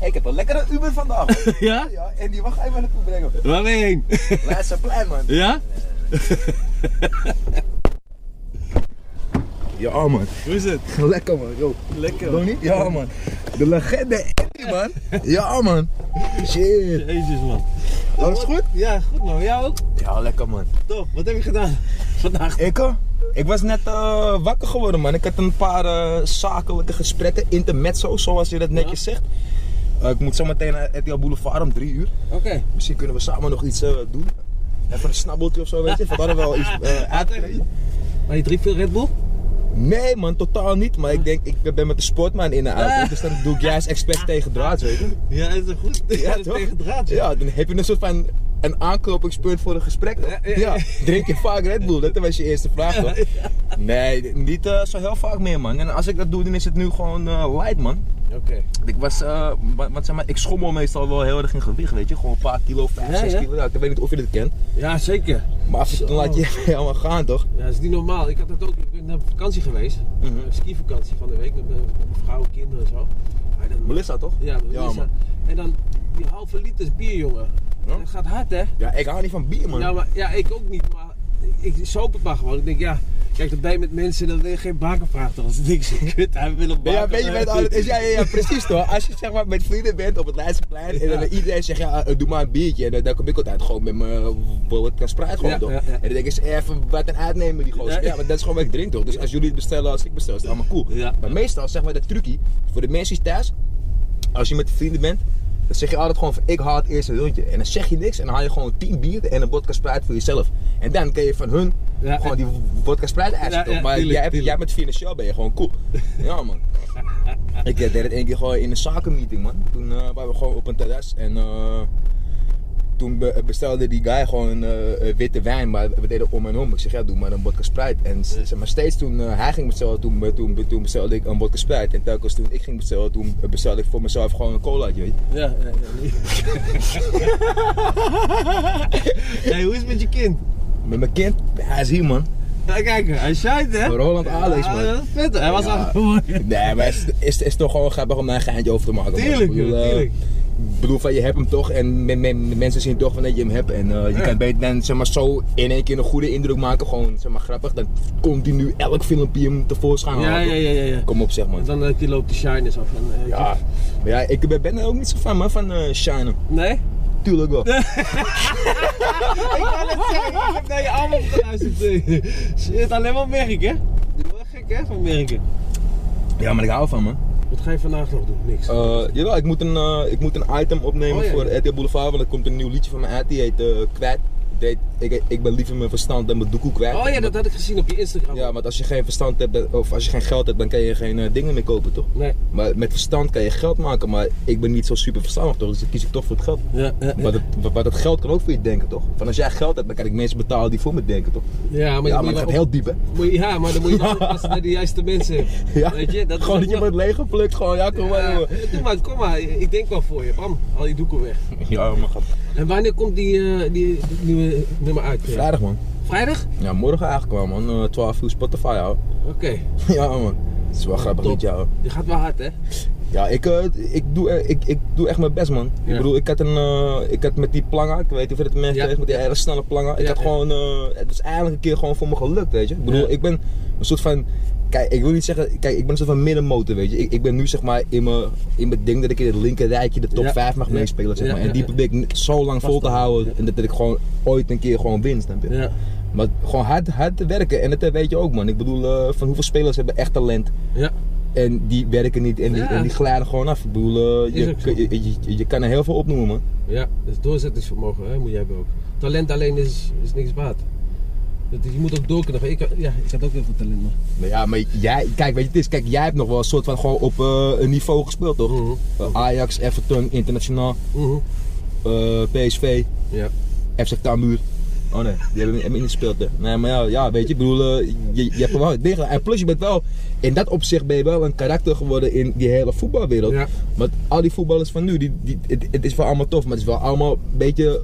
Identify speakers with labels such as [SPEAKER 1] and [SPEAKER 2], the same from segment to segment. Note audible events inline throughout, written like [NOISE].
[SPEAKER 1] ik heb een lekkere Uber vandaag. [LAUGHS] man.
[SPEAKER 2] Ja?
[SPEAKER 1] ja, en die mag even naartoe brengen.
[SPEAKER 2] Waarheen?
[SPEAKER 1] Let's plan, man.
[SPEAKER 2] Ja?
[SPEAKER 1] Ja, man.
[SPEAKER 2] Hoe is het?
[SPEAKER 1] Lekker, man. Yo.
[SPEAKER 2] Lekker.
[SPEAKER 1] Nog niet? Ja, man. De legende Andy, man. Ja, man. Shit.
[SPEAKER 2] Jezus man.
[SPEAKER 1] Alles goed?
[SPEAKER 2] Ja, goed man. Jou ook?
[SPEAKER 1] Ja, lekker, man.
[SPEAKER 2] Top. Wat heb je gedaan vandaag?
[SPEAKER 1] Ik, eh, ik was net eh, wakker geworden, man. Ik had een paar eh, zakelijke gesprekken, intermezzo, zoals je dat netjes zegt. Eh, ik moet zo meteen naar RTL Boulevard om drie uur.
[SPEAKER 2] Oké.
[SPEAKER 1] Misschien kunnen we samen nog iets eh, doen. Even een snabbeltje of zo, weet je. Van hadden we wel iets eh, uit te leggen.
[SPEAKER 2] Maar je drinkt veel Red Bull?
[SPEAKER 1] Nee, man, totaal niet. Maar ik denk, ik ben met de sportman in de auto. Dus dan doe ik juist expert tegen draad, weet je.
[SPEAKER 2] Ja, is dat goed? [LAUGHS] Ja, dat is
[SPEAKER 1] toch?
[SPEAKER 2] tegen draad.
[SPEAKER 1] Ja, dan heb je een soort van een aanknopingspunt voor een gesprek.
[SPEAKER 2] Ja, ja,
[SPEAKER 1] Ja,
[SPEAKER 2] ja.
[SPEAKER 1] drink je vaak Red Bull? Dat was je eerste vraag, toch? Nee, niet eh, zo heel vaak meer, man. En als ik dat doe, dan is het nu gewoon eh, light, man.
[SPEAKER 2] Oké.
[SPEAKER 1] Ik was, eh, wat, wat zeg maar, ik schommel meestal wel heel erg in gewicht, weet je. Gewoon een paar kilo, vijf,
[SPEAKER 2] Ja,
[SPEAKER 1] zes
[SPEAKER 2] ja.
[SPEAKER 1] kilo. Ja, ik weet niet of je dat kent.
[SPEAKER 2] Ja, zeker.
[SPEAKER 1] Maar af en toe
[SPEAKER 2] Zo.
[SPEAKER 1] laat je even helemaal gaan, toch?
[SPEAKER 2] Ja, dat is niet normaal. Ik had dat ook. Ik ben op vakantie geweest.
[SPEAKER 1] Mhm.
[SPEAKER 2] Een skivakantie van de week met mijn, met mijn vrouw, kinderen en zo. Maar dan-
[SPEAKER 1] Melissa, toch?
[SPEAKER 2] Ja, met
[SPEAKER 1] Ja,
[SPEAKER 2] Lisa.
[SPEAKER 1] man.
[SPEAKER 2] En dan die halve liters bier, jongen.
[SPEAKER 1] Ja.
[SPEAKER 2] Dat gaat hard, hè?
[SPEAKER 1] Ja, ik hou niet van bier, man.
[SPEAKER 2] Ja, Nou, maar, ja, ik ook niet, maar ik, ik soop het maar gewoon. Ik denk, ja, kijk, dat ben je met mensen, dan wil je geen baken vragen. Als het niks kut, hij wil een baken.
[SPEAKER 1] Ja, weet je wat het altijd is? Ja, ja, ja, precies toch. Als je zeg maar met vrienden bent op het Leidseplein en dan
[SPEAKER 2] Ja.
[SPEAKER 1] iedereen zegt, ja, eh, doe maar een biertje. En dan, dan kom ik altijd gewoon met mijn eh, wat kan spruit gewoon
[SPEAKER 2] Ja,
[SPEAKER 1] toch.
[SPEAKER 2] ja, ja.
[SPEAKER 1] En dan denk ik, eens even wat een uitnemen die gozer.
[SPEAKER 2] Ja,
[SPEAKER 1] Ja,
[SPEAKER 2] ja.
[SPEAKER 1] maar dat is gewoon wat ik drink toch. Dus als jullie het bestellen, als ik bestel, is het allemaal cool.
[SPEAKER 2] Ja.
[SPEAKER 1] Maar meestal zeg maar dat trucje, voor de mensen thuis, als je met vrienden bent, dan zeg je altijd gewoon van, ik haal het eerste rondje. En dan zeg je niks en dan haal je gewoon 10 bier en een vodka spruit voor jezelf. En dan kun je van hun
[SPEAKER 2] Ja,
[SPEAKER 1] gewoon die vodka spruit eisen
[SPEAKER 2] Ja,
[SPEAKER 1] toch.
[SPEAKER 2] ja,
[SPEAKER 1] Maar
[SPEAKER 2] tuurlijk,
[SPEAKER 1] jij, hebt,
[SPEAKER 2] tuurlijk.
[SPEAKER 1] jij met financieel ben je gewoon
[SPEAKER 2] [LAUGHS]
[SPEAKER 1] cool. Ja man. Ik eh, deed het één keer gewoon in een zakenmeeting, man. Toen eh, waren we gewoon op een terras en eh, toen be- eh, bestelde die guy gewoon eh, eh, witte wijn, maar we deden om en om. Ik zeg, ja, doe maar een vodka Sprite. En s- zeg maar steeds toen eh, hij ging bestellen, toen, be- toen, be- toen bestelde ik een vodka Sprite. En telkens toen ik ging bestellen, toen eh, bestelde ik voor mezelf gewoon een colaatje, weet je.
[SPEAKER 2] Ja, ja, ja. nee. [LAUGHS] hey, hoe is het met je kind?
[SPEAKER 1] Met mijn kind, hij is hier, man.
[SPEAKER 2] Nou, kijk, hij shit, hè?
[SPEAKER 1] Roland Alex,
[SPEAKER 2] Ja, dat
[SPEAKER 1] man.
[SPEAKER 2] is vet, hè? hij was
[SPEAKER 1] Ja.
[SPEAKER 2] al [LAUGHS] mooi.
[SPEAKER 1] Nee, maar het is, is, is toch gewoon grappig om daar een geintje over te maken. man.
[SPEAKER 2] Tuurlijk,
[SPEAKER 1] Ik bedoel,
[SPEAKER 2] joh,
[SPEAKER 1] eh,
[SPEAKER 2] tuurlijk.
[SPEAKER 1] Ik bedoel, van, je hebt hem toch en men- men- mensen zien toch van dat je hem hebt. En eh, je
[SPEAKER 2] Ja.
[SPEAKER 1] kan beter dan zeg maar, zo in één keer een goede indruk maken. Gewoon zeg maar, grappig. Dan continu elk filmpje hem tevoorschijn
[SPEAKER 2] Ja,
[SPEAKER 1] halen,
[SPEAKER 2] ja, ja, ja. ja.
[SPEAKER 1] toch? Kom op, zeg maar.
[SPEAKER 2] En dan dat je loopt de shines af. En, eh,
[SPEAKER 1] Ja, maar ja ik ben- ben er ook niet zo van, man, van eh shinen.
[SPEAKER 2] Nee?
[SPEAKER 1] Tuurlijk wel.
[SPEAKER 2] Ik kan het zeggen, ik heb naar je allemaal geluisterd. [LAUGHS] eh. Shit, alleen maar merk, hè? Wel gek, hè, van merken.
[SPEAKER 1] Ja, maar ik hou van, man.
[SPEAKER 2] Wat ga je vandaag nog doen? Niks.
[SPEAKER 1] Eh, jawel, ik moet, een, eh, ik moet een item opnemen
[SPEAKER 2] Oh, ja, ja.
[SPEAKER 1] voor RTL Boulevard, want er komt een nieuw liedje van me uit, die heet eh, Kwijt. Die heet, ik, ik ben liever mijn verstand dan mijn doekoe kwijt.
[SPEAKER 2] Oh ja, dat had ik gezien op je Instagram.
[SPEAKER 1] Ja, want als je geen verstand hebt, dan- of als je geen geld hebt, dan kan je geen eh, dingen meer kopen, toch?
[SPEAKER 2] Nee.
[SPEAKER 1] Maar met verstand kan je geld maken, maar ik ben niet zo super verstandig, toch? Dus dan kies ik toch voor het geld.
[SPEAKER 2] Ja, eh, ja, ja.
[SPEAKER 1] Maar dat, wa- maar dat geld kan ook voor je denken, toch? Van als jij geld hebt, dan kan ik mensen betalen die voor me denken, toch?
[SPEAKER 2] ja, maar,
[SPEAKER 1] ja,
[SPEAKER 2] je
[SPEAKER 1] maar
[SPEAKER 2] moet
[SPEAKER 1] het
[SPEAKER 2] je
[SPEAKER 1] gaat
[SPEAKER 2] wel
[SPEAKER 1] heel diep, hè?
[SPEAKER 2] op- moet je- ja, maar dan moet je
[SPEAKER 1] [LAUGHS]
[SPEAKER 2] wel oppassen naar de juiste mensen.
[SPEAKER 1] Ja.
[SPEAKER 2] Weet je, dat is
[SPEAKER 1] gewoon
[SPEAKER 2] ook
[SPEAKER 1] dat je
[SPEAKER 2] wel-
[SPEAKER 1] wordt leeggeplukt, gewoon, ja, kom maar,
[SPEAKER 2] [LAUGHS] Ja,
[SPEAKER 1] jongen.
[SPEAKER 2] doe maar, kom maar. Ik denk wel voor je. Bam, al je doeken weg.
[SPEAKER 1] Ja, maar gaat.
[SPEAKER 2] En wanneer komt die, eh, die, die nieuwe nummer uit? Chris?
[SPEAKER 1] Vrijdag, man.
[SPEAKER 2] Vrijdag?
[SPEAKER 1] Ja, morgen eigenlijk wel, man. Eh, 12 uur Spotify, hoor. [LAUGHS]
[SPEAKER 2] Oké.
[SPEAKER 1] ja, man. Het is wel een grappig
[SPEAKER 2] Top.
[SPEAKER 1] liedje, hoor.
[SPEAKER 2] Die gaat wel hard, hè?
[SPEAKER 1] Ja, ik, eh, ik, doe, eh, ik, ik doe echt mijn best, man.
[SPEAKER 2] Ja.
[SPEAKER 1] Ik bedoel, ik had, een, eh, ik had met die planga, ik weet niet of je dat mensen
[SPEAKER 2] Ja.
[SPEAKER 1] tegen met die hele snelle planga. Ik
[SPEAKER 2] Ja,
[SPEAKER 1] had
[SPEAKER 2] ja.
[SPEAKER 1] gewoon, eh, het was eigenlijk een keer gewoon voor me gelukt, weet je. Ik bedoel,
[SPEAKER 2] Ja.
[SPEAKER 1] ik ben een soort van, kijk, ik wil niet zeggen, kijk, ik ben een soort van middenmotor, weet je. Ik, ik ben nu zeg maar in mijn, in mijn ding dat ik in het linker rijtje de top
[SPEAKER 2] Ja.
[SPEAKER 1] 5 mag
[SPEAKER 2] Ja.
[SPEAKER 1] meespelen, zeg
[SPEAKER 2] Ja,
[SPEAKER 1] maar.
[SPEAKER 2] ja,
[SPEAKER 1] En die
[SPEAKER 2] ja.
[SPEAKER 1] probeer ik n- zo lang vol te
[SPEAKER 2] aan.
[SPEAKER 1] houden
[SPEAKER 2] Ja.
[SPEAKER 1] en dat, dat ik gewoon ooit een keer gewoon win, snap je.
[SPEAKER 2] Ja.
[SPEAKER 1] Maar gewoon hard, hard te werken en dat eh, weet je ook, man. Ik bedoel, eh, van hoeveel spelers hebben echt talent?
[SPEAKER 2] Ja.
[SPEAKER 1] En die werken niet en die,
[SPEAKER 2] Ja.
[SPEAKER 1] en die glijden gewoon af. Ik bedoel, eh,
[SPEAKER 2] Is
[SPEAKER 1] je,
[SPEAKER 2] ook zo.
[SPEAKER 1] je, je, je kan er heel veel opnoemen, man.
[SPEAKER 2] Ja. Dus doorzettingsvermogen, hè, moet je hebben ook. Talent alleen is, is niks baat. Dat is- je moet ook door kunnen gaan. Ik, ja, ik had ook heel veel talent, maar...
[SPEAKER 1] Maar ja, maar jij, kijk, weet je, het is, kijk, jij hebt nog wel een soort van gewoon op eh, een niveau gespeeld, toch?
[SPEAKER 2] Mhm.
[SPEAKER 1] Eh, Ajax, Everton, Internationaal,
[SPEAKER 2] Mhm.
[SPEAKER 1] eh, PSV,
[SPEAKER 2] Ja.
[SPEAKER 1] FC Tambuur. Oh nee, die hebben hem ingespeeld, hè. Nee, maar ja, ja weet je, ik bedoel, eh, je, je hebt er wel dingen. En plus, je bent wel, in dat opzicht ben je wel een karakter geworden in die hele voetbalwereld.
[SPEAKER 2] Ja.
[SPEAKER 1] Want al die voetballers van nu, die, die, het, het is wel allemaal tof, maar het is wel allemaal een beetje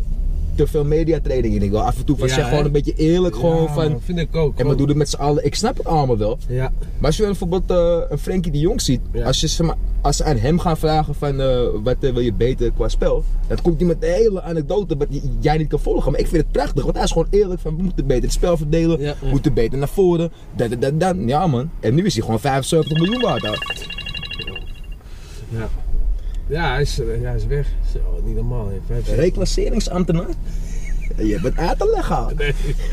[SPEAKER 1] te veel mediatraining in. Ik wil af en toe van
[SPEAKER 2] Ja,
[SPEAKER 1] zeg gewoon
[SPEAKER 2] hè?
[SPEAKER 1] een beetje eerlijk gewoon
[SPEAKER 2] Ja,
[SPEAKER 1] van.
[SPEAKER 2] man, Vind ik ook.
[SPEAKER 1] En we doen het met z'n allen. Ik snap het allemaal wel.
[SPEAKER 2] Ja.
[SPEAKER 1] Maar als je bijvoorbeeld eh, een Frenkie de Jong ziet,
[SPEAKER 2] Ja.
[SPEAKER 1] als je zeg maar, als ze aan hem gaan vragen van eh, wat eh, wil je beter qua spel, dan komt hij met een hele anekdote wat j- jij niet kan volgen. Maar ik vind het prachtig, want hij is gewoon eerlijk van we moeten beter het spel verdelen,
[SPEAKER 2] Ja, ja.
[SPEAKER 1] we moeten beter naar voren, dat, dat, dat, dat. Ja man, en nu is hij gewoon 75 miljoen waard. ouwe.
[SPEAKER 2] Ja. Ja, hij is, eh, ja, hij is weg. Zo, niet normaal. hè. Vijf-
[SPEAKER 1] Reclasseringsambtenaar? Je bent uit te leggen. ouwe.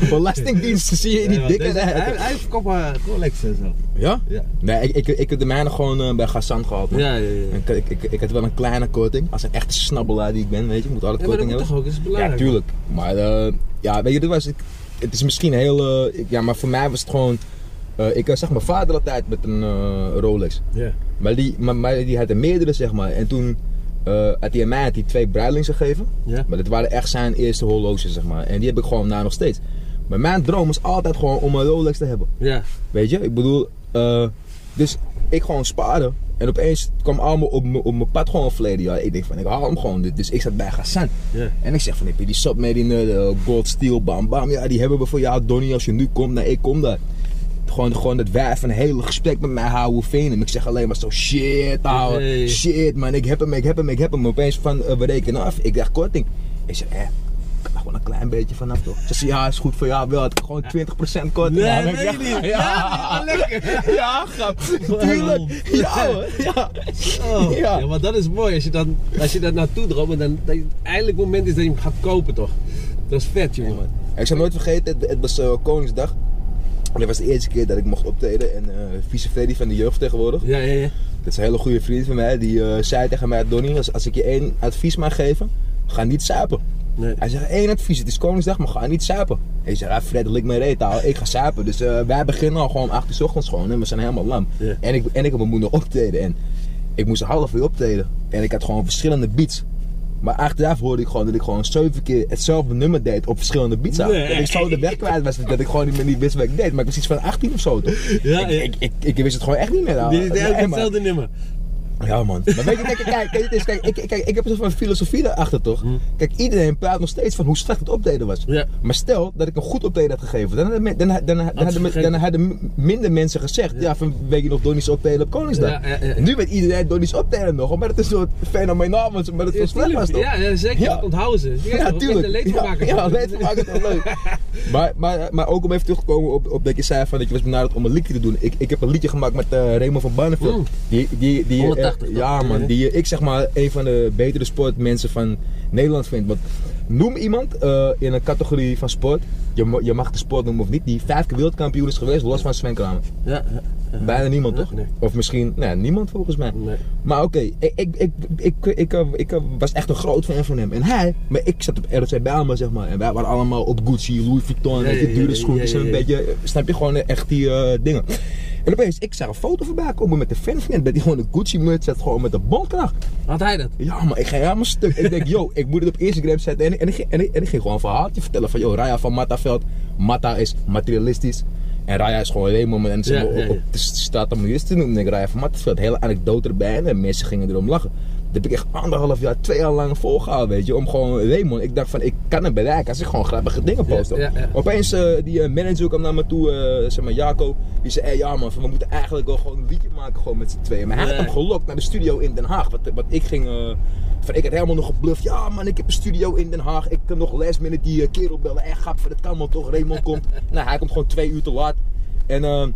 [SPEAKER 1] Belastingdiensten zie je in die
[SPEAKER 2] Ja,
[SPEAKER 1] dikke
[SPEAKER 2] deze- Hij,
[SPEAKER 1] rijden.
[SPEAKER 2] hij verkoopt eh, Rolex en zo.
[SPEAKER 1] Ja?
[SPEAKER 2] Ja.
[SPEAKER 1] Nee, ik, ik, ik heb de mijne gewoon eh, bij Gassan gehad man.
[SPEAKER 2] Ja, ja, ja.
[SPEAKER 1] Ik, ik, ik, ik had wel een kleine korting, als een echte snabbelaar die ik ben, weet je, ik moet altijd
[SPEAKER 2] Ja, maar dat
[SPEAKER 1] korting
[SPEAKER 2] moet
[SPEAKER 1] hebben.
[SPEAKER 2] toch ook, dat is
[SPEAKER 1] Ja,
[SPEAKER 2] belangrijk.
[SPEAKER 1] tuurlijk. Maar eh, ja, weet je, dat was, ik, het is misschien heel. eh, ik- ja, maar voor mij was het gewoon. eh, ik eh, zag mijn vader altijd met een eh, Rolex.
[SPEAKER 2] Ja.
[SPEAKER 1] Maar die, maar, maar die had er meerdere, zeg maar. En toen eh had hij aan mij had hij twee bruilings gegeven.
[SPEAKER 2] Ja.
[SPEAKER 1] Maar dat waren echt zijn eerste horloges, zeg maar. En die heb ik gewoon na nog steeds. Maar mijn droom is altijd gewoon om een Rolex te hebben.
[SPEAKER 2] Ja.
[SPEAKER 1] Weet je, ik bedoel, eh, dus ik gewoon sparen. En opeens kwam allemaal op mijn op mijn pad gewoon verleden jaar. Ik denk van, ik haal hem gewoon. Dus- Dus ik zat bij Gassan.
[SPEAKER 2] Ja.
[SPEAKER 1] En ik zeg van, heb je die Submariner, de eh, Gold Steel, bam bam. Ja, die hebben we voor jou, Donnie, als je nu komt. Nou, ik kom daar. Gewoon, gewoon dat wijf een hele gesprek met mij houden, vinden. hem. Ik zeg alleen maar zo, shit, ouwe.
[SPEAKER 2] Hey.
[SPEAKER 1] Shit, man, ik heb hem, ik heb hem, ik heb hem. Opeens van, eh, we rekenen af. Ik dacht korting. Ik zeg, eh. Ik mag wel een klein beetje vanaf toch? Ze zei ja, is goed voor jou wel. Had ik gewoon 20% korting.
[SPEAKER 2] Nee,
[SPEAKER 1] Ja,
[SPEAKER 2] meen je niet?
[SPEAKER 1] [LAUGHS] ja,
[SPEAKER 2] Ja, lekker.
[SPEAKER 1] [LAUGHS] ja, grap. Tuurlijk. Ja, hoor. Ja.
[SPEAKER 2] Oh,
[SPEAKER 1] Ja.
[SPEAKER 2] ja. maar dat is mooi. Als je, dan, als je daar naartoe droomt, en dan dat je- eindelijk het moment is dat je hem gaat kopen, toch? Dat is vet, jongen.
[SPEAKER 1] Ik zal nooit vergeten, het, het was eh, Koningsdag. En Dat was de eerste keer dat ik mocht optreden. En eh vice Freddy van de jeugd tegenwoordig.
[SPEAKER 2] Ja, ja, ja.
[SPEAKER 1] Dat is een hele goede vriend van mij. Die eh, zei tegen mij, Donnie, als, als ik je één advies mag geven, ga niet zuipen.
[SPEAKER 2] Nee.
[SPEAKER 1] Hij zegt, één advies, het is Koningsdag, maar ga niet zuipen. Ik zeg, ah, Fred, lik mijn reet houden, ik ga zuipen. Dus eh, wij beginnen al gewoon om 8 uur 's ochtends gewoon en we zijn helemaal lam.
[SPEAKER 2] Ja.
[SPEAKER 1] En, ik, en ik heb mijn moeder optreden en ik moest een half uur optreden. En ik had gewoon verschillende beats. Maar achteraf hoorde ik gewoon dat ik gewoon zeven keer hetzelfde nummer deed op verschillende beats.
[SPEAKER 2] Nee.
[SPEAKER 1] Dat ik zo de weg kwijt was, dat ik gewoon niet meer niet wist wat ik deed. Maar ik was iets van 18 of zo. toch?
[SPEAKER 2] Ja,
[SPEAKER 1] ik,
[SPEAKER 2] ja.
[SPEAKER 1] Ik, ik, ik wist het gewoon echt niet meer. ouwe.
[SPEAKER 2] Dit is
[SPEAKER 1] Nee,
[SPEAKER 2] eigenlijk
[SPEAKER 1] maar-
[SPEAKER 2] hetzelfde nummer.
[SPEAKER 1] ja, man. Maar weet je, kijk, kijk, kijk, dit is, kijk, ik, ik- kijk ik heb een soort van filosofie daarachter, toch?
[SPEAKER 2] Hm.
[SPEAKER 1] Kijk, iedereen praat nog steeds van hoe slecht het optreden was.
[SPEAKER 2] Ja.
[SPEAKER 1] Maar stel dat ik een goed optreden had gegeven, dan hadden, men- dan, dan, dan,
[SPEAKER 2] ze
[SPEAKER 1] hadden, men-
[SPEAKER 2] vergeten.
[SPEAKER 1] dan hadden minder mensen gezegd, ja, van, weet je nog Donnie's optreden op Koningsdag?
[SPEAKER 2] Ja, ja, ja.
[SPEAKER 1] Nu weet iedereen Donnie's optreden nog, maar het is een soort fenomenaal, want- maar het was slecht was, toch?
[SPEAKER 2] Ja, ja, zeker.
[SPEAKER 1] Ja.
[SPEAKER 2] Dat onthouden ze. Ja,
[SPEAKER 1] Ja, tuurlijk.
[SPEAKER 2] leed van
[SPEAKER 1] Ja,
[SPEAKER 2] maken.
[SPEAKER 1] ja, leed van maken is wel
[SPEAKER 2] [LAUGHS]
[SPEAKER 1] leuk. maar, maar, maar ook om even terug te komen op, op dat je zei van dat je was benaderd om een liedje te doen. Ik, ik heb een liedje gemaakt met eh Raymond van Barneveld.
[SPEAKER 2] Mm.
[SPEAKER 1] Die, die, die, eh,
[SPEAKER 2] 180 toch?
[SPEAKER 1] ja man,
[SPEAKER 2] Ja.
[SPEAKER 1] die eh, ik zeg maar een van de betere sportmensen van Nederland vind. Want noem iemand eh, in een categorie van sport, je, mo- je mag de sport noemen of niet, die vijf keer wereldkampioen is geweest, los van Sven Kramer.
[SPEAKER 2] Ja, ja.
[SPEAKER 1] Bijna niemand toch?
[SPEAKER 2] Nee.
[SPEAKER 1] Of misschien, nou, niemand volgens mij.
[SPEAKER 2] Nee.
[SPEAKER 1] Maar oké, ik, ik, ik, ik, ik, eh, ik, eh, was echt een groot fan van hem. En hij, maar ik zat op RFC Bijlmer, zeg maar. En wij waren allemaal op Gucci, Louis Vuitton,
[SPEAKER 2] Ja,
[SPEAKER 1] weet
[SPEAKER 2] ja,
[SPEAKER 1] je,
[SPEAKER 2] ja,
[SPEAKER 1] dure
[SPEAKER 2] ja,
[SPEAKER 1] schoentjes
[SPEAKER 2] ja, ja,
[SPEAKER 1] en een
[SPEAKER 2] ja.
[SPEAKER 1] beetje, eh, snap je, gewoon eh, echt die eh, dingen. En opeens, ik zag een foto voorbij komen met de fan van hem, dat hij gewoon een Gucci-muts had, gewoon met de bolkracht.
[SPEAKER 2] Had hij dat?
[SPEAKER 1] Ja, maar ik ging helemaal stuk. Ik denk, yo, ik moet het op Instagram zetten. En, ik- en, ik, ging- en, ik, en ik ging gewoon een verhaaltje vertellen van, yo, Raya van Mataveld. Mata is materialistisch. En Raya is gewoon helemaal met en ze
[SPEAKER 2] Ja,
[SPEAKER 1] hebben
[SPEAKER 2] ja,
[SPEAKER 1] op,
[SPEAKER 2] ja.
[SPEAKER 1] op de straat om juist te noemen. Ik denk, Raya van Mataveld, hele anekdote erbij. En de mensen gingen erom lachen. Dat heb ik echt anderhalf jaar, twee jaar lang volgehouden, weet je. Om gewoon, Raymond, ik dacht van, ik kan het bereiken als ik gewoon grappige dingen post.
[SPEAKER 2] Ja, ja, ja.
[SPEAKER 1] Opeens, eh, die eh, manager kwam naar me toe, eh, zeg maar, Jaco. Die zei, hey, ja man, van, we moeten eigenlijk wel gewoon een liedje maken gewoon met z'n tweeën. Maar hij had
[SPEAKER 2] Nee.
[SPEAKER 1] hem gelokt naar de studio in Den Haag. Wat, wat ik ging. eh, van, ik had helemaal nog gebluft. Ja, man, ik heb een studio in Den Haag. Ik kan nog last minute die eh, kerel bellen. Echt grap, dat kan wel toch? Raymond komt. nou, hij komt gewoon twee uur te laat. En eh,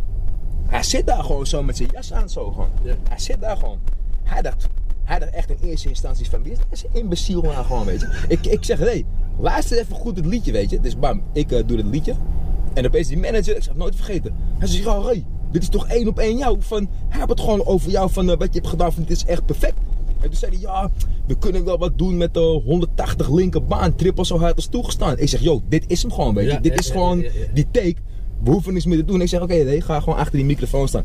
[SPEAKER 1] hij zit daar gewoon zo met zijn jas aan, zo gewoon.
[SPEAKER 2] Ja.
[SPEAKER 1] Hij zit daar gewoon. Hij dacht, hij dacht echt in eerste instantie van wie is deze imbeciel nou gewoon, weet je. Ik, ik zeg, nee, luister even goed het liedje, weet je. Dus bam, ik eh, doe het liedje. En opeens die manager, ik zal het nooit vergeten. Hij zegt, oh, hey, dit is toch één op één jou? Van, hij had het gewoon over jou, van eh, wat je hebt gedaan, van dit is echt perfect. En toen zei hij, ja, we kunnen wel wat doen met de 180 linkerbaan, triple zo hard als toegestaan. Ik zeg, yo, dit is hem gewoon, weet je.
[SPEAKER 2] Ja,
[SPEAKER 1] dit
[SPEAKER 2] ja,
[SPEAKER 1] is
[SPEAKER 2] ja,
[SPEAKER 1] gewoon
[SPEAKER 2] ja, ja.
[SPEAKER 1] die take. We hoeven niks meer te doen. Ik zeg, oké, nee, ga gewoon achter die microfoon staan.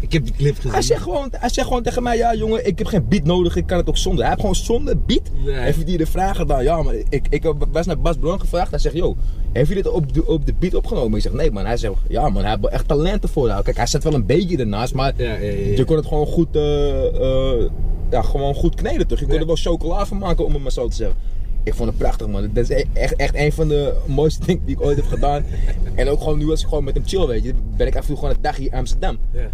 [SPEAKER 2] Ik heb die clip gezien.
[SPEAKER 1] Hij zegt, gewoon, hij zegt gewoon tegen mij, ja jongen, ik heb geen beat nodig, ik kan het ook zonder. Hij heeft gewoon zonder beat,
[SPEAKER 2] Nee.
[SPEAKER 1] heeft hij de vraag gedaan. Ja, maar ik, ik heb- was naar Bas Bron gevraagd, hij zegt, joh, heeft je dit op de, op de beat opgenomen? Ik zeg, nee man. Hij zegt, ja man, hij heeft wel echt talenten voor jou. Kijk, hij zet wel een beetje ernaast, maar
[SPEAKER 2] Ja, ja, ja, ja.
[SPEAKER 1] je kon het gewoon goed, eh, eh, ja, gewoon goed kneden toch? Je kon
[SPEAKER 2] Ja.
[SPEAKER 1] er wel chocola van maken, om het maar zo te zeggen. Ik vond het prachtig man. Dat is e- echt, echt een van de mooiste dingen die ik ooit heb gedaan. en ook gewoon nu als ik gewoon met hem chill, weet je, ben ik af en toe gewoon een dagje in Amsterdam.
[SPEAKER 2] Ja.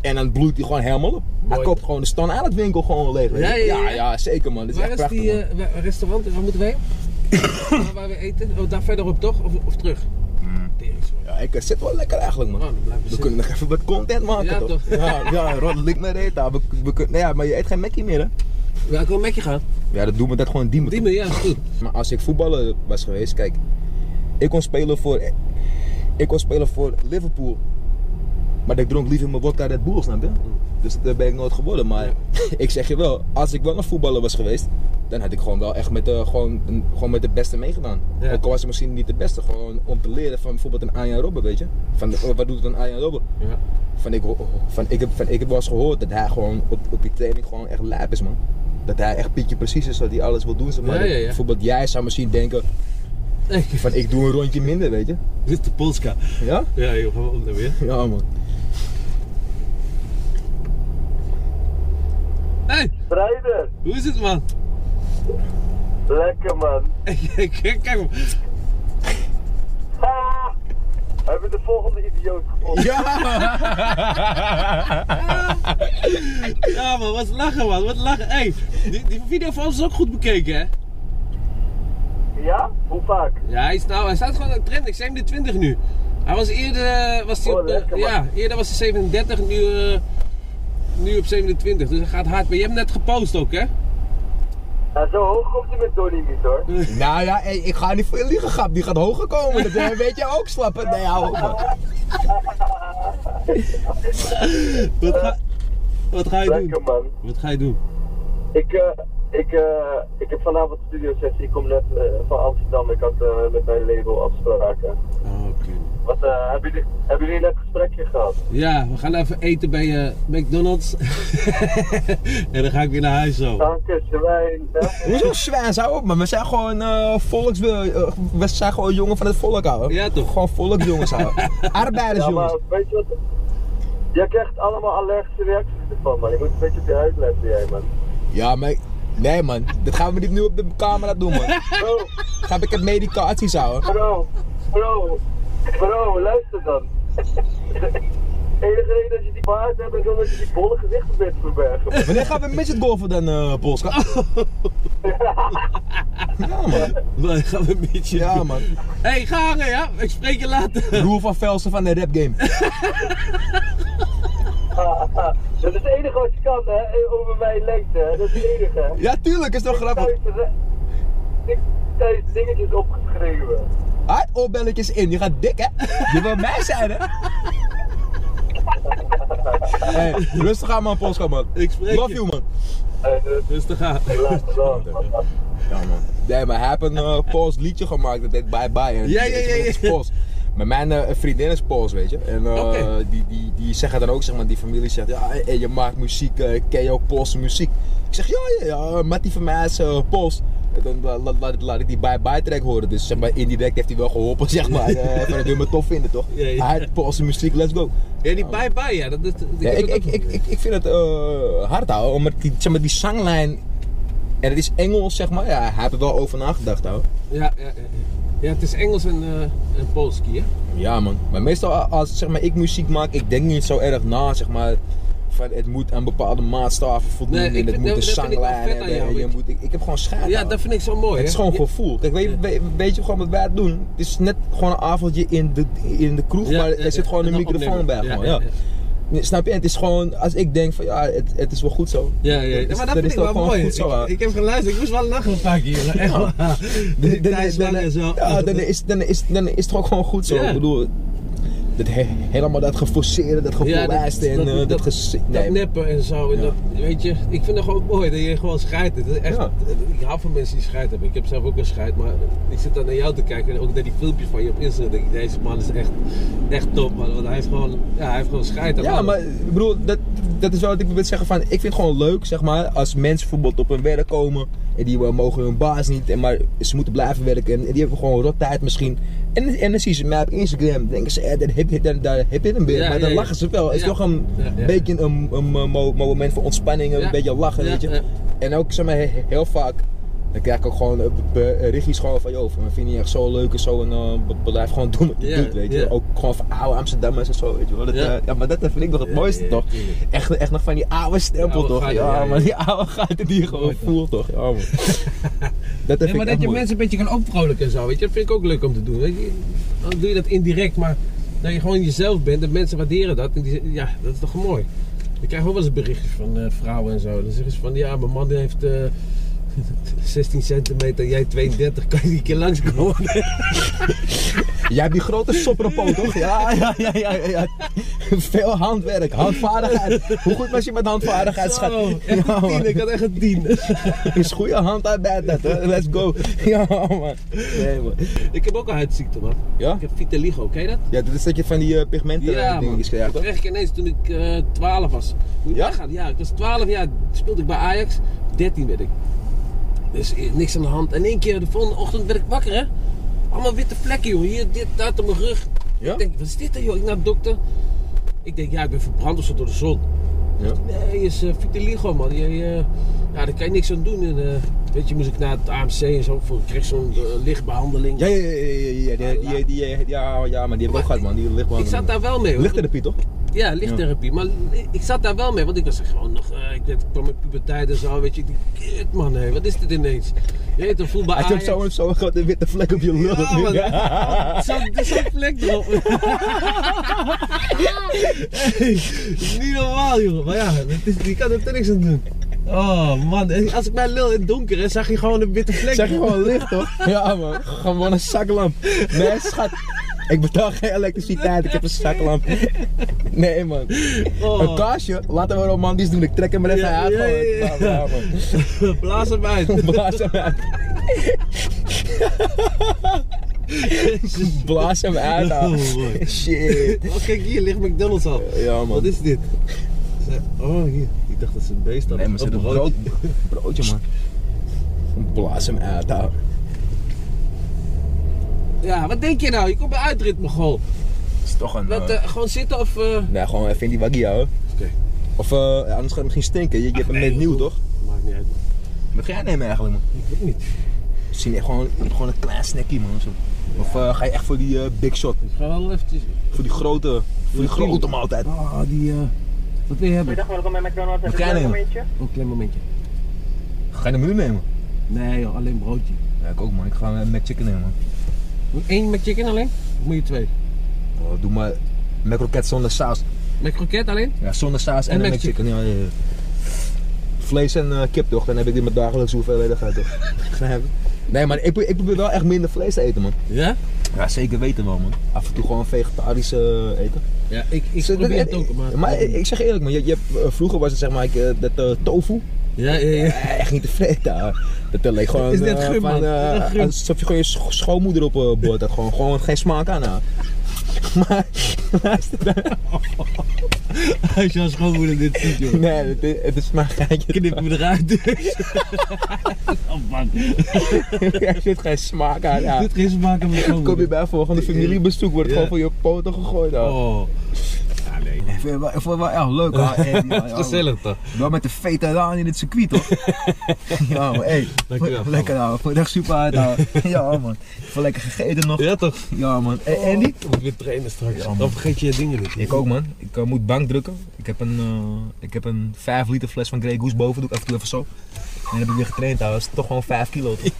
[SPEAKER 1] En dan bloeit hij gewoon helemaal op. Hij
[SPEAKER 2] Mooi.
[SPEAKER 1] koopt gewoon de Stan aan het winkel gewoon leeg. weet je.
[SPEAKER 2] Ja, ja, ja.
[SPEAKER 1] zeker man. Dat is
[SPEAKER 2] Waar
[SPEAKER 1] echt
[SPEAKER 2] is
[SPEAKER 1] prachtig.
[SPEAKER 2] die
[SPEAKER 1] man.
[SPEAKER 2] eh, wa- restaurant? Waar moeten we [COUGHS] heen? waar, waar we eten? Oh, daar verderop toch? Of, of terug? Tering, sorry.
[SPEAKER 1] Ja, ik eh, zit wel lekker eigenlijk man.
[SPEAKER 2] Oh, dan blijven Hmm. we
[SPEAKER 1] we
[SPEAKER 2] zitten.
[SPEAKER 1] kunnen nog even wat content maken
[SPEAKER 2] Ja,
[SPEAKER 1] toch?
[SPEAKER 2] toch?
[SPEAKER 1] Ja, ja, Rod likt me reet daar. We, we kunnen, nou ja, maar je eet geen Mackie meer hè?
[SPEAKER 2] Ja, ik wil met je gaan.
[SPEAKER 1] Ja, dat doen we dat gewoon die
[SPEAKER 2] Die me, ja, is goed.
[SPEAKER 1] Maar als ik voetballer was geweest, kijk, ik kon spelen voor, ik kon spelen voor Liverpool. Maar ik dronk liever mijn vodka Red Bull, snap je? Dus dat ben ik nooit geworden. Maar [LAUGHS] ik zeg je wel, als ik wel een voetballer was geweest, dan had ik gewoon wel echt met de, gewoon, een- gewoon met de beste meegedaan.
[SPEAKER 2] Ja.
[SPEAKER 1] Ook al was ik misschien niet de beste, gewoon om te leren van bijvoorbeeld een Arjen Robben, weet je? Van, eh, wat doet een Arjen Robben?
[SPEAKER 2] Ja.
[SPEAKER 1] Van ik, van, ik heb, van ik heb wel eens gehoord dat hij gewoon op, op die training gewoon echt lijp is, man. Dat hij echt pietje precies is, dat hij alles wil doen. zeg Maar
[SPEAKER 2] Ja, ja, ja.
[SPEAKER 1] bijvoorbeeld jij zou misschien denken
[SPEAKER 2] Hey,
[SPEAKER 1] van ik doe een rondje minder, weet je.
[SPEAKER 2] [LAUGHS] dit is de Polska.
[SPEAKER 1] Ja?
[SPEAKER 2] Ja, joh, gaan we om dan weer.
[SPEAKER 1] Ja,
[SPEAKER 2] [LAUGHS]
[SPEAKER 1] man.
[SPEAKER 2] Hey,
[SPEAKER 3] Breider,
[SPEAKER 2] hoe is het, man? [LAUGHS]
[SPEAKER 3] lekker man.
[SPEAKER 2] kijk, kijk hem.
[SPEAKER 3] Ha! Hebben we de volgende idioot gevonden?
[SPEAKER 1] Ja!
[SPEAKER 2] Ja, man, wat lachen, man. Wat lachen. Hey, die, die video van ons is ook goed bekeken, hè?
[SPEAKER 3] Ja? Hoe vaak?
[SPEAKER 2] Ja, hij, is, nou, hij staat gewoon op trend. Ik zei hem de 20 nu. Hij was eerder, eh, was hij
[SPEAKER 3] Oh,
[SPEAKER 2] op, eh,
[SPEAKER 3] lekker, man.
[SPEAKER 2] ja, eerder was hij 37, nu, eh, nu op 27. Dus hij gaat hard. Maar je hebt hem net gepost ook, hè?
[SPEAKER 3] En zo hoog komt hij met Donnie niet hoor.
[SPEAKER 1] nou ja, hey, ik ga niet voor je liegen, grap. Die gaat hoger komen. Dat eh, weet je ook, slappen. Nee, hou op, man.
[SPEAKER 2] Wat ga, wat ga je
[SPEAKER 3] Lekker
[SPEAKER 2] doen?
[SPEAKER 3] man.
[SPEAKER 2] Wat ga je doen?
[SPEAKER 3] Ik, eh, ik, eh, ik heb vanavond studio sessie. Ik kom net eh, van Amsterdam. Ik had eh, met mijn label afspraken.
[SPEAKER 2] Oh, oké.
[SPEAKER 3] Wat, eh, hebben, jullie, hebben jullie net gesprekje gehad?
[SPEAKER 2] Ja, we gaan even eten bij eh, McDonald's. [LAUGHS] en dan ga ik weer naar huis zo.
[SPEAKER 3] Dankjes, wijn. hè?
[SPEAKER 1] Hoezo zwijn? Hou op, man. We zijn gewoon eh, volks... We, eh, we zijn gewoon jongen van het volk, houden.
[SPEAKER 2] Ja, toch?
[SPEAKER 1] Gewoon volksjongens,
[SPEAKER 2] [LAUGHS]
[SPEAKER 1] houden.
[SPEAKER 3] Ja, maar
[SPEAKER 1] Arbeidersjongens.
[SPEAKER 3] weet je wat? Jij krijgt allemaal allergische reacties ervan, man. Je moet een beetje op je uitletten, jij, man.
[SPEAKER 1] Ja, maar... Nee, man. Dat gaan we niet nu op de camera doen,
[SPEAKER 2] [LAUGHS]
[SPEAKER 1] man.
[SPEAKER 3] Bro,
[SPEAKER 1] Ga ik het medicaties houden?
[SPEAKER 3] Bro, bro, bro, luister dan. enige reden dat je die baard hebt is omdat je die bolle gezichten bent
[SPEAKER 1] [LAUGHS]
[SPEAKER 3] verbergen.
[SPEAKER 1] Wanneer gaan we midget golfen dan, eh Polska?
[SPEAKER 2] [LAUGHS]
[SPEAKER 1] ja, man.
[SPEAKER 2] We gaan we een beetje
[SPEAKER 1] Ja,
[SPEAKER 2] doen.
[SPEAKER 1] man.
[SPEAKER 2] Hé, hey, ga hangen, ja? Ik spreek je later.
[SPEAKER 1] Roel van Velsen van de rap game.
[SPEAKER 3] Dat is het enige wat je kan, hè, over mijn lengte. Hè. Dat is het enige. hè.
[SPEAKER 1] Ja, tuurlijk, is toch grappig.
[SPEAKER 3] Thuis, re- ik thuis dingetjes opgeschreven.
[SPEAKER 1] Hard oorbelletjes in, je gaat dik, hè? Je wil mij zijn,
[SPEAKER 2] [LAUGHS]
[SPEAKER 1] hè? Hey, rustig aan, man, Polska, man.
[SPEAKER 2] Ik spreek
[SPEAKER 1] Love
[SPEAKER 2] je.
[SPEAKER 1] you, man.
[SPEAKER 3] Eh, dat
[SPEAKER 2] Rustig aan.
[SPEAKER 3] is laat, laat, laat.
[SPEAKER 1] Ja, man. Nee, maar hij heeft een eh Pools liedje gemaakt, dat heet Bye Bye. En
[SPEAKER 2] Ja, ja, ja,
[SPEAKER 1] het is
[SPEAKER 2] ja.
[SPEAKER 1] Pools. Maar mijn eh, vriendin is Pools, weet je. En eh,
[SPEAKER 2] Oké.
[SPEAKER 1] die, die, die zeggen dan ook, zeg maar, die familie zegt, ja, eh, je maakt muziek, eh, ken je ook Poolse muziek? Ik zeg, ja, ja, ja, Mattie van mij is eh, Pools. En Dan la- la- laat, ik- laat ik die Bye Bye track horen. Dus zeg maar, indirect heeft hij wel geholpen, [LAUGHS] zeg maar. eh, Van het wil me tof vinden, toch?
[SPEAKER 2] Ja, ja.
[SPEAKER 1] Hij heeft Poolse muziek, let's go.
[SPEAKER 2] Ja, die bye-bye, ja. Dat, dat, dat-
[SPEAKER 1] Ja,
[SPEAKER 2] heb
[SPEAKER 1] ik,
[SPEAKER 2] dat
[SPEAKER 1] ik,
[SPEAKER 2] ook
[SPEAKER 1] ik,
[SPEAKER 2] nog.
[SPEAKER 1] ik, ik vind het eh, hard houden, omdat die, zeg maar, die zanglijn. En het is Engels, zeg maar. Ja, hij heeft er wel over nagedacht, houden.
[SPEAKER 2] Ja, ja, ja, ja. ja, het is Engels en, eh en Polski, hè?
[SPEAKER 1] Ja, man. Maar meestal a- als zeg maar, ik muziek maak, ik denk niet zo erg na, zeg maar. Van het moet aan bepaalde maatstaven voldoen.
[SPEAKER 2] Nee, ik
[SPEAKER 1] en
[SPEAKER 2] vind-
[SPEAKER 1] het moet
[SPEAKER 2] dat-
[SPEAKER 1] een
[SPEAKER 2] dat vind ik wel
[SPEAKER 1] zanglijn
[SPEAKER 2] vet aan
[SPEAKER 1] hebben.
[SPEAKER 2] jou,
[SPEAKER 1] en je
[SPEAKER 2] weet je.
[SPEAKER 1] moet, ik, ik heb gewoon schaar.
[SPEAKER 2] Ja, dat vind ik zo mooi, hè?
[SPEAKER 1] Het is gewoon
[SPEAKER 2] Ja.
[SPEAKER 1] gevoel. Kijk, weet,
[SPEAKER 2] Ja.
[SPEAKER 1] weet, weet je gewoon wat wij het doen? Het is net gewoon een avondje in de, in de kroeg,
[SPEAKER 2] Ja,
[SPEAKER 1] maar er
[SPEAKER 2] ja,
[SPEAKER 1] zit
[SPEAKER 2] ja.
[SPEAKER 1] gewoon
[SPEAKER 2] En
[SPEAKER 1] een
[SPEAKER 2] dan
[SPEAKER 1] microfoon bij.
[SPEAKER 2] opnemen.
[SPEAKER 1] Gewoon, ja,
[SPEAKER 2] Ja, ja,
[SPEAKER 1] Nee, Snap je? En het is gewoon, als ik denk van ja, het, het is wel goed zo.
[SPEAKER 2] Ja, ja,
[SPEAKER 1] Dan is-
[SPEAKER 2] maar
[SPEAKER 1] dan
[SPEAKER 2] dat vind
[SPEAKER 1] Dus is
[SPEAKER 2] ik wel
[SPEAKER 1] gewoon
[SPEAKER 2] mooi.
[SPEAKER 1] goed zo, hè.
[SPEAKER 2] ik, ik heb geluisterd, ik moest wel lachen vaak
[SPEAKER 1] [LAUGHS]
[SPEAKER 2] hier. Echt waar.
[SPEAKER 1] Dan- dan-
[SPEAKER 2] Thijs
[SPEAKER 1] dan-
[SPEAKER 2] Lang en zo.
[SPEAKER 1] ja, dan is- Dan is dan is het ook gewoon goed zo.
[SPEAKER 2] Ja.
[SPEAKER 1] Ik bedoel, dat he- helemaal dat geforceerde, dat gevoellijste en eh, dat,
[SPEAKER 2] dat-
[SPEAKER 1] gezi-
[SPEAKER 2] Dat
[SPEAKER 1] nee,
[SPEAKER 2] neppen en zo. En
[SPEAKER 1] Ja.
[SPEAKER 2] dat, weet je, ik vind het gewoon mooi dat je gewoon scheid hebt. Dat is Echt,
[SPEAKER 1] Ja.
[SPEAKER 2] Ik hou van mensen die scheid hebben. Ik heb zelf ook een scheid, maar ik zit dan naar jou te kijken en ook naar die filmpjes van je op Instagram. denk ik, deze man is echt, echt top, man. Want hij heeft gewoon, ja, hij heeft gewoon scheid. aan
[SPEAKER 1] Ja,
[SPEAKER 2] alles.
[SPEAKER 1] maar ik bedoel, dat, dat is wel wat ik wil zeggen van, ik vind het gewoon leuk, zeg maar, als mensen bijvoorbeeld op hun werk komen en die eh, mogen hun baas niet, en maar ze moeten blijven werken en, die hebben gewoon rot tijd misschien. En, en dan zien ze mij op Instagram, dan denken ze, eh, daar heb je, daar, daar heb je hem weer,
[SPEAKER 2] Ja,
[SPEAKER 1] maar
[SPEAKER 2] ja,
[SPEAKER 1] dan
[SPEAKER 2] ja.
[SPEAKER 1] lachen ze wel. Het is
[SPEAKER 2] Ja.
[SPEAKER 1] toch een
[SPEAKER 2] Ja, ja.
[SPEAKER 1] beetje een, een, eh, mo- moment van ontspanning, een
[SPEAKER 2] Ja.
[SPEAKER 1] beetje lachen,
[SPEAKER 2] Ja,
[SPEAKER 1] weet je.
[SPEAKER 2] ja.
[SPEAKER 1] En ook, zeg maar, he- heel vaak Dan krijg ik ook gewoon eh, berichtjes gewoon van, joh, van, vind je echt zo leuk en zo en eh, b- blijf gewoon doen wat je
[SPEAKER 2] Ja,
[SPEAKER 1] doet, weet je
[SPEAKER 2] ja.
[SPEAKER 1] wel. Ook gewoon van oude Amsterdammers en zo, weet je wel. Dat, eh,
[SPEAKER 2] Ja.
[SPEAKER 1] ja. maar dat vind ik nog het
[SPEAKER 2] Ja,
[SPEAKER 1] mooiste
[SPEAKER 2] ja,
[SPEAKER 1] toch.
[SPEAKER 2] tuurlijk.
[SPEAKER 1] Echt, echt nog van die oude stempel
[SPEAKER 2] Oude
[SPEAKER 1] toch.
[SPEAKER 2] gaten,
[SPEAKER 1] ja,
[SPEAKER 2] ja, ja.
[SPEAKER 1] man, die oude gaten die je gewoon
[SPEAKER 2] Mooi, toch?
[SPEAKER 1] voelt toch. Ja,
[SPEAKER 2] [LAUGHS]
[SPEAKER 1] man. dat vind
[SPEAKER 2] Ja,
[SPEAKER 1] ik
[SPEAKER 2] maar
[SPEAKER 1] echt
[SPEAKER 2] dat je
[SPEAKER 1] mooi.
[SPEAKER 2] mensen een beetje kan opvrolijken en zo, weet je, dat vind ik ook leuk om te doen. Weet je, dan doe je dat indirect, maar dat je gewoon jezelf bent en mensen waarderen dat. En die, zeggen, ja, dat is toch mooi. Ik krijg ook wel eens berichtjes van eh, vrouwen en zo. Dan zeggen ze van, ja, mijn man die heeft eh, [LAUGHS] 16 centimeter, jij 32, kan je die een keer langskomen?
[SPEAKER 1] Jij hebt die grote sopperenpoot, toch? Ja, ja, ja, ja, ja, ja. Veel handwerk, handvaardigheid. Hoe goed was je met handvaardigheid, schat?
[SPEAKER 2] Zo, echt
[SPEAKER 1] Ja,
[SPEAKER 2] een
[SPEAKER 1] man.
[SPEAKER 2] tien, ik had echt een tien.
[SPEAKER 1] Is goede handarbeid dat, hè? Let's go. Ja, man. Nee, man.
[SPEAKER 2] ik heb ook een huidziekte, man.
[SPEAKER 1] Ja?
[SPEAKER 2] Ik heb vitiligo, ken je dat?
[SPEAKER 1] Ja, dit is dat je van die eh, pigmenten
[SPEAKER 2] Ja, man.
[SPEAKER 1] dingetjes krijgt,
[SPEAKER 2] Dat
[SPEAKER 1] toch?
[SPEAKER 2] kreeg ik ineens toen ik eh 12 was. Moet je
[SPEAKER 1] Ja?
[SPEAKER 2] nagaan, Ja, ik was 12 jaar, speelde ik bij Ajax, 13 werd ik. Dus eh, niks aan de hand. En één keer de volgende ochtend werd ik wakker, hè? Allemaal witte vlekken, joh. Hier, dit, dat op mijn rug.
[SPEAKER 1] Ja?
[SPEAKER 2] Ik denk, wat is dit dan, joh? Ik naar de dokter. Ik denk, ja, ik ben verbrand of zo door de zon.
[SPEAKER 1] Ja.
[SPEAKER 2] Nee, is eh vitiligo, man. Je, je- ja, daar kan je niks aan doen. En, eh, weet je, moest ik naar het AMC en zo. voor- Ik kreeg zo'n eh, lichtbehandeling.
[SPEAKER 1] Ja, ja, ja, ja, ja, ja, die, die, die, die- ja, ja, maar die heb ik ook gehad, man. Die ligt wel
[SPEAKER 2] Ik zat daar wel mee, hoor.
[SPEAKER 1] Lichttherapie, toch?
[SPEAKER 2] Ja, lichttherapie. Maar ik zat daar wel mee, want ik was er gewoon nog. eh, ik werd, ik kwam met puberteit en zo. Weet je, ik dacht, kut man, hé, wat is dit ineens? Je weet een voetbal.
[SPEAKER 1] Had je ook
[SPEAKER 2] Ajax. Oh,
[SPEAKER 1] zo'n zo'n grote witte vlek op je lul?
[SPEAKER 2] Ja, man. Zo'n zo plek erop. [LAUGHS] Hey, niet normaal, joh. Maar ja, het is, je kan er niks aan doen. Oh man, En als ik mijn lul in het donker hè, zag je gewoon een witte vlek.
[SPEAKER 1] Zeg je gewoon licht, toch? Ja, man. Gewoon een zaklamp. Nee, schat. Ik betaal geen elektriciteit, ik heb een zaklamp. Nee, man.
[SPEAKER 2] Oh.
[SPEAKER 1] Een kaarsje? Laten we romantisch doen. Ik trek hem er even
[SPEAKER 2] Ja,
[SPEAKER 1] uit.
[SPEAKER 2] ja,
[SPEAKER 1] gewoon.
[SPEAKER 2] ja, ja.
[SPEAKER 1] Ja, man.
[SPEAKER 2] Blaas hem uit. [LAUGHS]
[SPEAKER 1] Blaas hem uit. Blaas hem uit. ouwe.
[SPEAKER 2] Oh, mooi.
[SPEAKER 1] Shit.
[SPEAKER 2] Oh, kijk hier ligt McDonald's al.
[SPEAKER 1] Ja, man.
[SPEAKER 2] Wat is dit? Ze- Oh, hier. Ik dacht dat ze een beest hadden.
[SPEAKER 1] Nee, maar ze
[SPEAKER 2] Oh,
[SPEAKER 1] hebben brood. Broodje, man. Blaas hem uit, ouwe.
[SPEAKER 2] Ja, wat denk je nou? Je komt bij uitrit, Mogol.
[SPEAKER 1] Is toch een...
[SPEAKER 2] Dat,
[SPEAKER 1] eh,
[SPEAKER 2] eh, gewoon zitten of... eh,
[SPEAKER 1] Nee, Nou, gewoon even in die waggie houden.
[SPEAKER 2] Oké. Ah,
[SPEAKER 1] Of eh, ja, anders gaat het misschien stinken. Je, je hebt hem
[SPEAKER 2] nee,
[SPEAKER 1] net nieuw,
[SPEAKER 2] joh.
[SPEAKER 1] toch?
[SPEAKER 2] Maakt niet uit, man.
[SPEAKER 1] Wat ga jij nemen eigenlijk, man?
[SPEAKER 2] Ik weet het niet.
[SPEAKER 1] Misschien echt gewoon, gewoon een klein snackie, man. Zo. Of eh, ga je echt voor die eh, big shot?
[SPEAKER 2] Ik ga wel eventjes...
[SPEAKER 1] Voor die grote, voor die
[SPEAKER 2] Ja,
[SPEAKER 1] grote
[SPEAKER 2] tuurlijk.
[SPEAKER 1] maaltijd?
[SPEAKER 2] Ah, die... eh, Wat wil je hebben?
[SPEAKER 3] Goedemiddag, welkom bij McDonald's. Heb
[SPEAKER 1] We
[SPEAKER 3] je
[SPEAKER 1] kennen
[SPEAKER 3] een
[SPEAKER 1] hem.
[SPEAKER 3] momentje?
[SPEAKER 2] Oh, Een klein momentje.
[SPEAKER 1] Ga je de menu nemen?
[SPEAKER 2] Nee joh, alleen broodje.
[SPEAKER 1] Ja, ik ook, man. Ik ga een McChicken nemen, man.
[SPEAKER 2] Moet één met chicken alleen? Of moet je twee?
[SPEAKER 1] Oh, doe maar McRocket zonder saus.
[SPEAKER 2] Met kroket alleen?
[SPEAKER 1] Ja, zonder saus en,
[SPEAKER 2] En
[SPEAKER 1] een McChicken.
[SPEAKER 2] McChicken.
[SPEAKER 1] Ja, ja, ja. Vlees en eh, kip toch, dan heb ik die met dagelijkse hoeveelheden gehad
[SPEAKER 2] [LAUGHS]
[SPEAKER 1] toch. Snap je? Nee, maar ik, pro- ik probeer wel echt minder vlees te eten man.
[SPEAKER 2] Ja?
[SPEAKER 1] Ja, zeker weten wel man. Af en toe gewoon vegetarisch eh, eten.
[SPEAKER 2] Ja, ik, ik
[SPEAKER 1] Zo, dat-
[SPEAKER 2] probeer het ook, maar...
[SPEAKER 1] maar... ik ik zeg eerlijk man, je, je hebt, eh, vroeger was het zeg maar ik, eh, dat eh,
[SPEAKER 2] [LAUGHS]
[SPEAKER 1] tofu.
[SPEAKER 2] Ja, ja,
[SPEAKER 1] Ja,
[SPEAKER 2] ja. [LAUGHS]
[SPEAKER 1] echt niet tevreden. ouwe. Dat leek gewoon.
[SPEAKER 2] Is net
[SPEAKER 1] eh,
[SPEAKER 2] gum,
[SPEAKER 1] van,
[SPEAKER 2] man.
[SPEAKER 1] eh,
[SPEAKER 2] Net gum.
[SPEAKER 1] alsof je gewoon je scho- schoonmoeder op eh, boord had. Gewoon, gewoon geen smaak aan. ouwe. [LAUGHS] Maar luister dan.
[SPEAKER 2] Als je als schoonmoeder dit ziet
[SPEAKER 1] [LAUGHS]
[SPEAKER 2] joh.
[SPEAKER 1] Nee, het is, het is maar [LAUGHS] een geintje.
[SPEAKER 2] Knip me eruit [LAUGHS] dus. oh man.
[SPEAKER 1] Er zit geen smaak aan. Ja.
[SPEAKER 2] Dit geen smaak aan
[SPEAKER 1] [LAUGHS]
[SPEAKER 2] mijn
[SPEAKER 1] Kom je
[SPEAKER 2] schoonmoeder.
[SPEAKER 1] bij volgende familiebezoek, wordt
[SPEAKER 2] Ja.
[SPEAKER 1] gewoon van je poten gegooid. hoor.
[SPEAKER 2] Oh. Ja, nee.
[SPEAKER 1] Ik vind het wel- ik vond het wel echt leuk. hoor.
[SPEAKER 2] [LAUGHS]
[SPEAKER 1] Hey, ja, ja,
[SPEAKER 2] Gezellig toch?
[SPEAKER 1] Wel met de veteraan in het circuit, toch? ja, man. Hey,
[SPEAKER 2] Dankjewel.
[SPEAKER 1] Lekker, nou. Ik vond het echt super hard, nou. Ja, man. Ik vond lekker gegeten nog.
[SPEAKER 2] Ja toch?
[SPEAKER 1] Ja, man. Hey, Andy?
[SPEAKER 2] Ik moet weer trainen straks.
[SPEAKER 1] Ja, man.
[SPEAKER 2] Dan vergeet je je dingen niet.
[SPEAKER 1] Ik ook man, ik eh, moet bank drukken. Ik heb, een, eh, ik heb een 5 liter fles van Grey Goose boven, doe ik af en toe even zo. En dan heb ik weer getraind, houden. dat is toch gewoon 5 kilo.
[SPEAKER 2] [LAUGHS]
[SPEAKER 1] toch?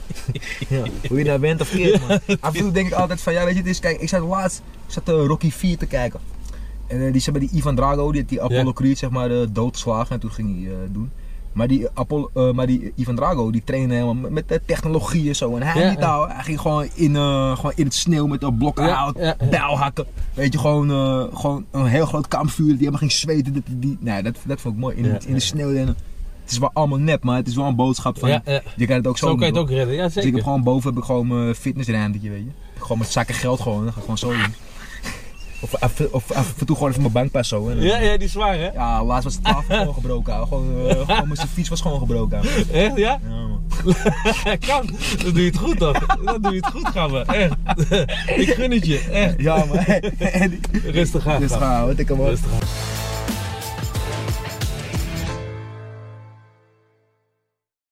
[SPEAKER 1] ja. Hoe je nou bent of keert man. Af en toe denk ik altijd van, ja weet je, het is, kijk, ik zat laatst, ik zat eh, Rocky 4 te kijken. En eh, die, ze hebben die Ivan Drago, die had die Apollo
[SPEAKER 2] Ja.
[SPEAKER 1] Creed zeg maar eh, doodgeslagen en toen ging hij eh, doen. Maar die, Apollo, eh, maar die Ivan Drago die trainde helemaal met, met eh, technologie en zo. En hij
[SPEAKER 2] Ja,
[SPEAKER 1] niet
[SPEAKER 2] ja.
[SPEAKER 1] ouwe. hij ging gewoon in, eh, gewoon in het sneeuw met een blok
[SPEAKER 2] Ja,
[SPEAKER 1] hout,
[SPEAKER 2] ja, ja.
[SPEAKER 1] bijlhakken. Weet je, gewoon, eh, gewoon een heel groot kampvuur, die helemaal ging zweten. Dat, die, nee, dat, dat vond ik mooi. In,
[SPEAKER 2] Ja,
[SPEAKER 1] het- in
[SPEAKER 2] ja.
[SPEAKER 1] de sneeuw rennen. Het is wel allemaal nep, maar het is wel een boodschap van,
[SPEAKER 2] Ja, ja.
[SPEAKER 1] je kan het ook zo,
[SPEAKER 2] Zo kan
[SPEAKER 1] doen,
[SPEAKER 2] je het
[SPEAKER 1] hoor.
[SPEAKER 2] ook redden, ja
[SPEAKER 1] Dus ik heb
[SPEAKER 2] zeker.
[SPEAKER 1] gewoon boven heb ik gewoon mijn fitnessruimtetje, weet je. Gewoon met zakken geld gewoon, dan ga ik gewoon zo
[SPEAKER 2] [LAUGHS]
[SPEAKER 1] doen. Of af, of af en toe gewoon even mijn bankpas zo. hè.
[SPEAKER 2] Ja, ja, die is zwaar hè?
[SPEAKER 1] Ja, laatst was het tafel
[SPEAKER 2] [LAUGHS]
[SPEAKER 1] gewoon gebroken. ouwe. Gewoon, eh, gewoon mijn fiets was gewoon gebroken. ouwe.
[SPEAKER 2] Echt, ja?
[SPEAKER 1] Ja, man.
[SPEAKER 2] kan. Dan doe je het goed toch? Dan doe je het goed, Gabbe. Echt. [LAUGHS] Ik gun het je. Echt.
[SPEAKER 1] Ja, man.
[SPEAKER 2] [LAUGHS]
[SPEAKER 1] [LAUGHS]
[SPEAKER 2] Rustig aan.
[SPEAKER 1] Dus
[SPEAKER 2] Gabbe.
[SPEAKER 1] ga, wat ik hem ook.
[SPEAKER 2] Rustig aan.